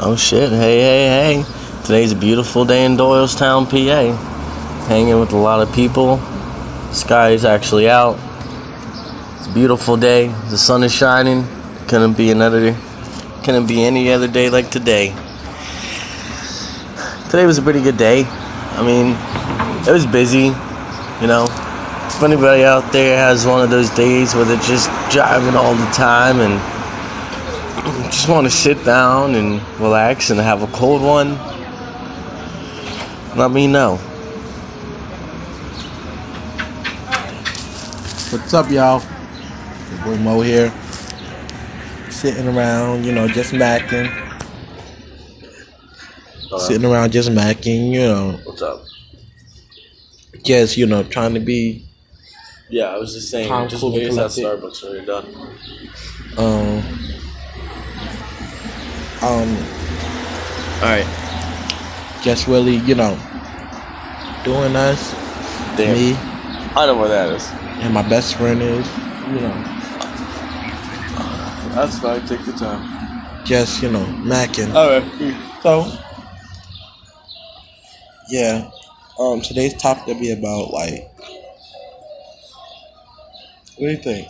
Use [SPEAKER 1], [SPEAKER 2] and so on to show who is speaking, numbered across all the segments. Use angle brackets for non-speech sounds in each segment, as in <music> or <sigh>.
[SPEAKER 1] Oh shit, hey, hey, hey. Today's a beautiful day in Doylestown, PA. Hanging with a lot of people. Sky's actually out. It's a beautiful day. The sun is shining. Couldn't be another couldn't be any other day like today. Today was a pretty good day. I mean, it was busy, you know. If anybody out there has one of those days where they're just driving all the time and just want to sit down and relax and have a cold one, let me know.
[SPEAKER 2] What's up, y'all? Your boy Mo here. Sitting around, you know, just macking. Sitting around just macking, you know.
[SPEAKER 1] What's up?
[SPEAKER 2] Just, you know, trying to be,
[SPEAKER 1] Yeah, I was just saying,
[SPEAKER 2] Calm,
[SPEAKER 1] just
[SPEAKER 2] cool,
[SPEAKER 1] wait
[SPEAKER 2] and
[SPEAKER 1] at
[SPEAKER 2] collected.
[SPEAKER 1] Starbucks when you're done.
[SPEAKER 2] um, um,
[SPEAKER 1] All right,
[SPEAKER 2] just really, you know, doing us,
[SPEAKER 1] damn.
[SPEAKER 2] me,
[SPEAKER 1] I know where that is.
[SPEAKER 2] and my best friend is, you know,
[SPEAKER 1] That's fine. Take your time.
[SPEAKER 2] just, you know, macking.
[SPEAKER 1] All right.
[SPEAKER 2] So, yeah, um, today's topic will be about like, what do you think?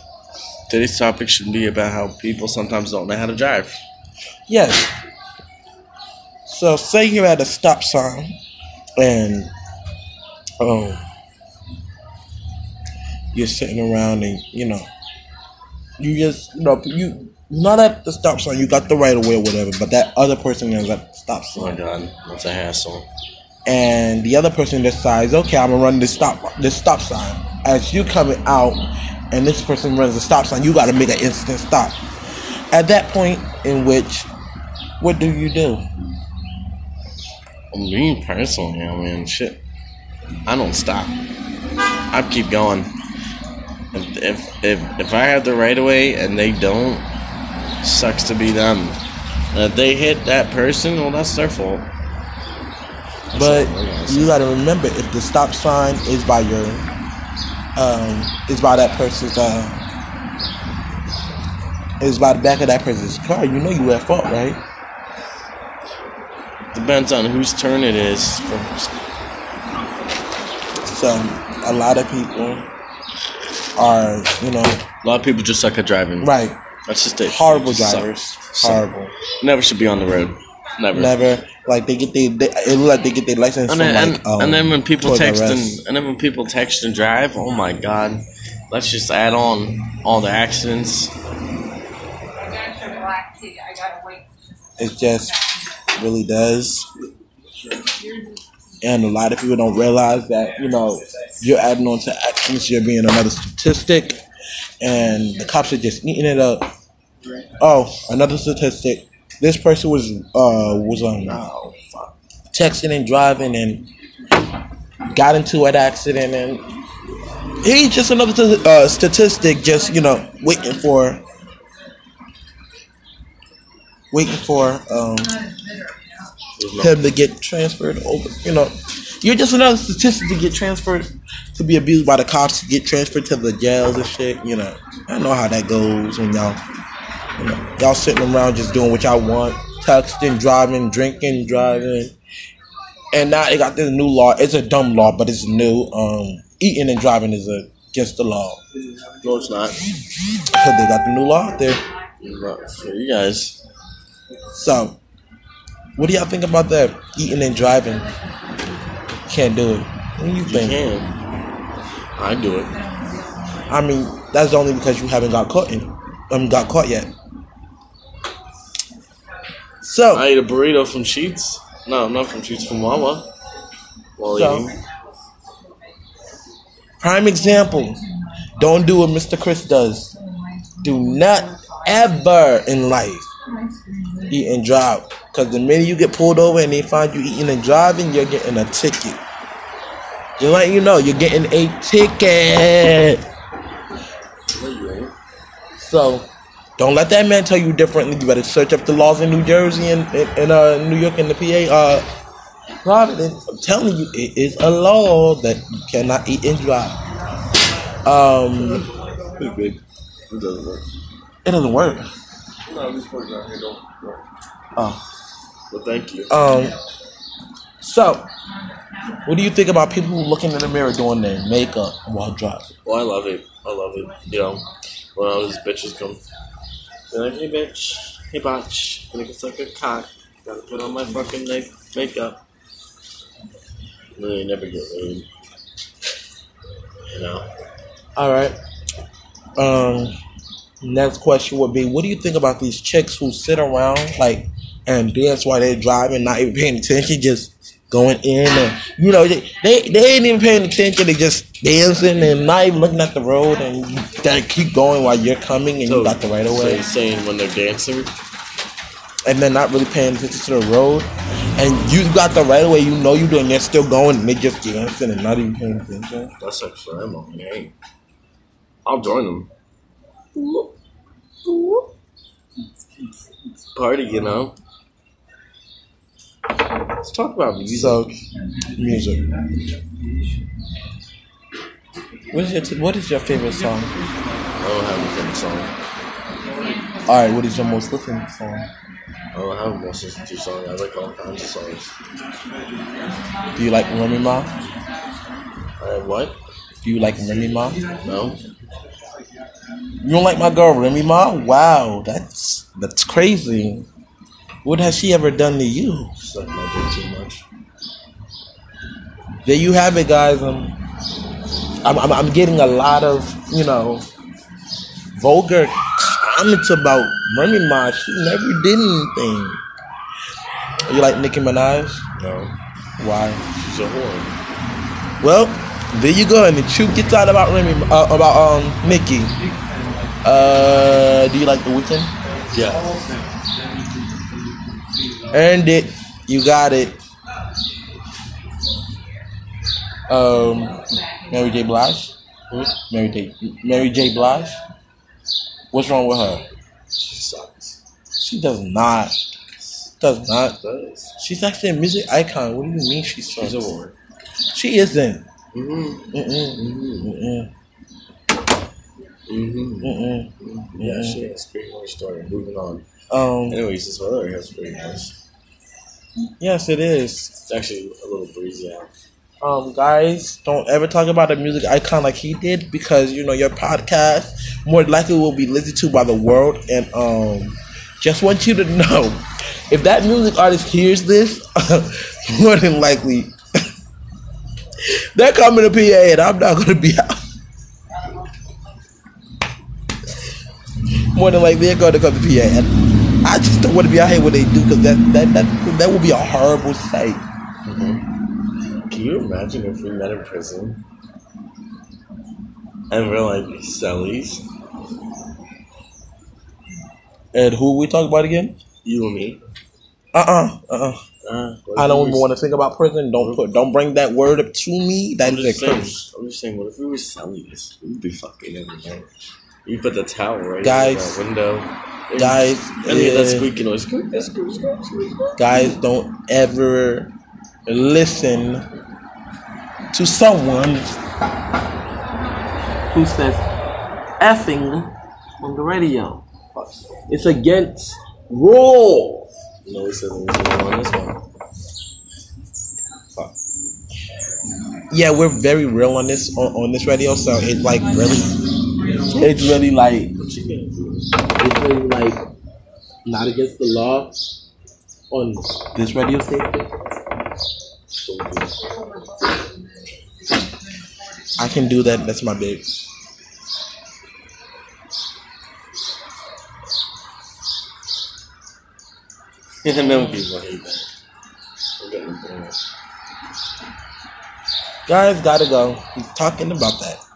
[SPEAKER 1] Today's topic should be about how people sometimes don't know how to drive.
[SPEAKER 2] Yes. So, say you're at a stop sign, and um, you're sitting around, and you know, you just you know you not at the stop sign. You got the right of way or whatever, but that other person is at the stop
[SPEAKER 1] Oh my
[SPEAKER 2] sign.
[SPEAKER 1] god, that's a hassle.
[SPEAKER 2] and the other person decides, okay, I'm gonna run this stop this stop sign. As you coming out, and this person runs the stop sign, you gotta make an instant stop. At that point, in which, what do you do?
[SPEAKER 1] Me personally, I mean, shit. I don't stop. I keep going. If if if, if I have the right of way and they don't, sucks to be them. And if they hit that person, well, that's their fault. That's
[SPEAKER 2] But
[SPEAKER 1] all I gotta say.
[SPEAKER 2] you gotta remember, if the stop sign is by your, um, is by that person's, uh, is by the back of that person's car, you know you at fault, right?
[SPEAKER 1] depends on whose turn it is. First.
[SPEAKER 2] So a lot of people are, you know,
[SPEAKER 1] A lot of people just suck at driving.
[SPEAKER 2] right,
[SPEAKER 1] That's just it.
[SPEAKER 2] horrible
[SPEAKER 1] Just suck.
[SPEAKER 2] drivers,
[SPEAKER 1] Suck.
[SPEAKER 2] horrible.
[SPEAKER 1] Never should be on the road. Never.
[SPEAKER 2] Never like they get they, they it look like they get their license
[SPEAKER 1] And
[SPEAKER 2] from
[SPEAKER 1] then,
[SPEAKER 2] like
[SPEAKER 1] and,
[SPEAKER 2] um,
[SPEAKER 1] and then when people
[SPEAKER 2] Toys R
[SPEAKER 1] text and,
[SPEAKER 2] Us.
[SPEAKER 1] and then when people text and drive, oh my god, let's just add on all the accidents.
[SPEAKER 3] I got some black tea. I gotta wait.
[SPEAKER 2] it just really does. And a lot of people don't realize that you know you're adding on to actions, you're being another statistic, and the cops are just eating it up. Oh, another statistic. This person was uh was on
[SPEAKER 1] Oh fuck!
[SPEAKER 2] texting and driving and got into an accident and he's just another t- uh, statistic just you know waiting for waiting for um, him to get transferred over you know you're just another statistic to get transferred to be abused by the cops to get transferred to the jails and shit you know i know how that goes when y'all you know, y'all sitting around just doing what y'all want texting driving drinking driving and now they got this new law. It's a dumb law, but it's new. Um, eating and driving is a, against the law.
[SPEAKER 1] No, it's not.
[SPEAKER 2] But they got the new law out there.
[SPEAKER 1] Not for you guys.
[SPEAKER 2] So, what do y'all think about that? Eating and driving. Can't do it. What do you
[SPEAKER 1] You
[SPEAKER 2] think?
[SPEAKER 1] can. I do it.
[SPEAKER 2] I mean, that's only because you haven't got caught in, um, got caught yet. So,
[SPEAKER 1] I ate a burrito from Sheets. No, not from Sheets. From Wawa. While
[SPEAKER 2] So-
[SPEAKER 1] eating.
[SPEAKER 2] prime example. Don't do what Mr. Chris does. Do not ever in life eat and drive. Because the minute you get pulled over and they find you eating and driving, you're getting a ticket. Just letting you know, you're getting a ticket.
[SPEAKER 1] What you ate?
[SPEAKER 2] So don't let that man tell you differently. You better search up the laws in New Jersey and, and, and, uh, New York and the PA. Uh, Providence. I'm telling you, it is a law that you cannot eat and drive. Um,
[SPEAKER 1] It's good. It doesn't work.
[SPEAKER 2] it doesn't work.
[SPEAKER 1] No, this part down here don't work.
[SPEAKER 2] Oh.
[SPEAKER 1] Well, thank you.
[SPEAKER 2] Um, so, what do you think about people who looking in the mirror doing their makeup while driving?
[SPEAKER 1] Well, I love it. I love it. You know, when all these bitches come, they're like, hey, bitch, hey, botch, and it gets like a cock. Gotta put on my fucking make- makeup. And then they never get laid. You know?
[SPEAKER 2] All right. Um, next question would be, what do you think about these chicks who sit around like and dance while they're driving, not even paying attention, just going in and you know they they, they ain't even paying attention, they just dancing and not even looking at the road and you gotta keep going while you're coming and you got the right of
[SPEAKER 1] So
[SPEAKER 2] way
[SPEAKER 1] you're saying when they're dancing?
[SPEAKER 2] and they're not really paying attention to the road and you got the right of way, you know you're doing, they're still going and they just dancing and not even paying attention.
[SPEAKER 1] That's actually, I'm on game. I'll join them. Party, you know? Let's talk about music.
[SPEAKER 2] So, music. What is your What is your favorite song?
[SPEAKER 1] I don't have a favorite song.
[SPEAKER 2] All right, what is your most listened song?
[SPEAKER 1] I don't have most listened to songs. I like all kinds of songs.
[SPEAKER 2] Do you like Remy Ma?
[SPEAKER 1] I have what?
[SPEAKER 2] Do you like Remy Ma? You
[SPEAKER 1] No?
[SPEAKER 2] don't like my girl Remy Ma? Wow, that's that's crazy. What has she ever done to you?
[SPEAKER 1] It's like my dick too much.
[SPEAKER 2] There you have it, guys. Um, I'm, I'm I'm getting a lot of you know vulgar comments about Remy Ma. She never did anything. You like Nicki Minaj?
[SPEAKER 1] No.
[SPEAKER 2] Why?
[SPEAKER 1] She's a whore.
[SPEAKER 2] Well, there you go, and the truth gets out about Remy, uh, about um Mickey. Uh, do you like the weekend?
[SPEAKER 1] Yeah.
[SPEAKER 2] Earned it, you got it. Um, Mary J. Blige. Mary J. Mary J. Blige. What's wrong with her?
[SPEAKER 1] She sucks.
[SPEAKER 2] She does not. Does not.
[SPEAKER 1] That is.
[SPEAKER 2] She's actually a music icon. What do you mean she's
[SPEAKER 1] She's a whore.
[SPEAKER 2] She isn't.
[SPEAKER 1] Mm-hmm.
[SPEAKER 2] Mm-mm,
[SPEAKER 1] Mm-hmm.
[SPEAKER 2] mm-mm,
[SPEAKER 1] Mm-hmm.
[SPEAKER 2] mm-mm.
[SPEAKER 1] Yeah, she has a pretty nice story. Moving on.
[SPEAKER 2] Um,
[SPEAKER 1] Anyways, this weather has pretty nice.
[SPEAKER 2] yes, it is.
[SPEAKER 1] It's actually a little breezy out.
[SPEAKER 2] um, guys, don't ever talk about a music icon like he did because you know your podcast more likely will be listened to by the world. And um, just want you to know, if that music artist hears this, <laughs> more than likely <laughs> they're coming to PA, and I'm not going to be out. More than likely, they're going to come to PA, and I just don't want to be out here when they do because that that that that would be a horrible sight.
[SPEAKER 1] Can you imagine if we met in prison? And we're like sellies,
[SPEAKER 2] And who we talk about again?
[SPEAKER 1] you and me.
[SPEAKER 2] Uh uh-uh, uh
[SPEAKER 1] Uh, what
[SPEAKER 2] I
[SPEAKER 1] if
[SPEAKER 2] don't
[SPEAKER 1] we
[SPEAKER 2] even
[SPEAKER 1] were-
[SPEAKER 2] want to think about prison. Don't put. Don't bring that word up to me. That
[SPEAKER 1] I'm
[SPEAKER 2] is a
[SPEAKER 1] just, saying,
[SPEAKER 2] curse.
[SPEAKER 1] I'm just saying, what if we were sellies? We'd be fucking every night. You put the towel right
[SPEAKER 2] Guys.
[SPEAKER 1] in the window. And-
[SPEAKER 2] Guys,
[SPEAKER 1] And yeah. that
[SPEAKER 2] uh,
[SPEAKER 1] squeaky noise. Squeak, squeak, squeak, <laughs> squeak.
[SPEAKER 2] guys, don't ever listen to someone who says effing on the radio. It's against rules.
[SPEAKER 1] No, it says anything on this one. Fuck.
[SPEAKER 2] Yeah, we're very real on this on, on this radio, so it's like really, it's really like
[SPEAKER 1] What you gonna do?
[SPEAKER 2] it's really like not against the law on this radio station. I can do that. That's my babe.
[SPEAKER 1] I know people hate that. We're getting bored.
[SPEAKER 2] Guys, gotta go. He's talking about that.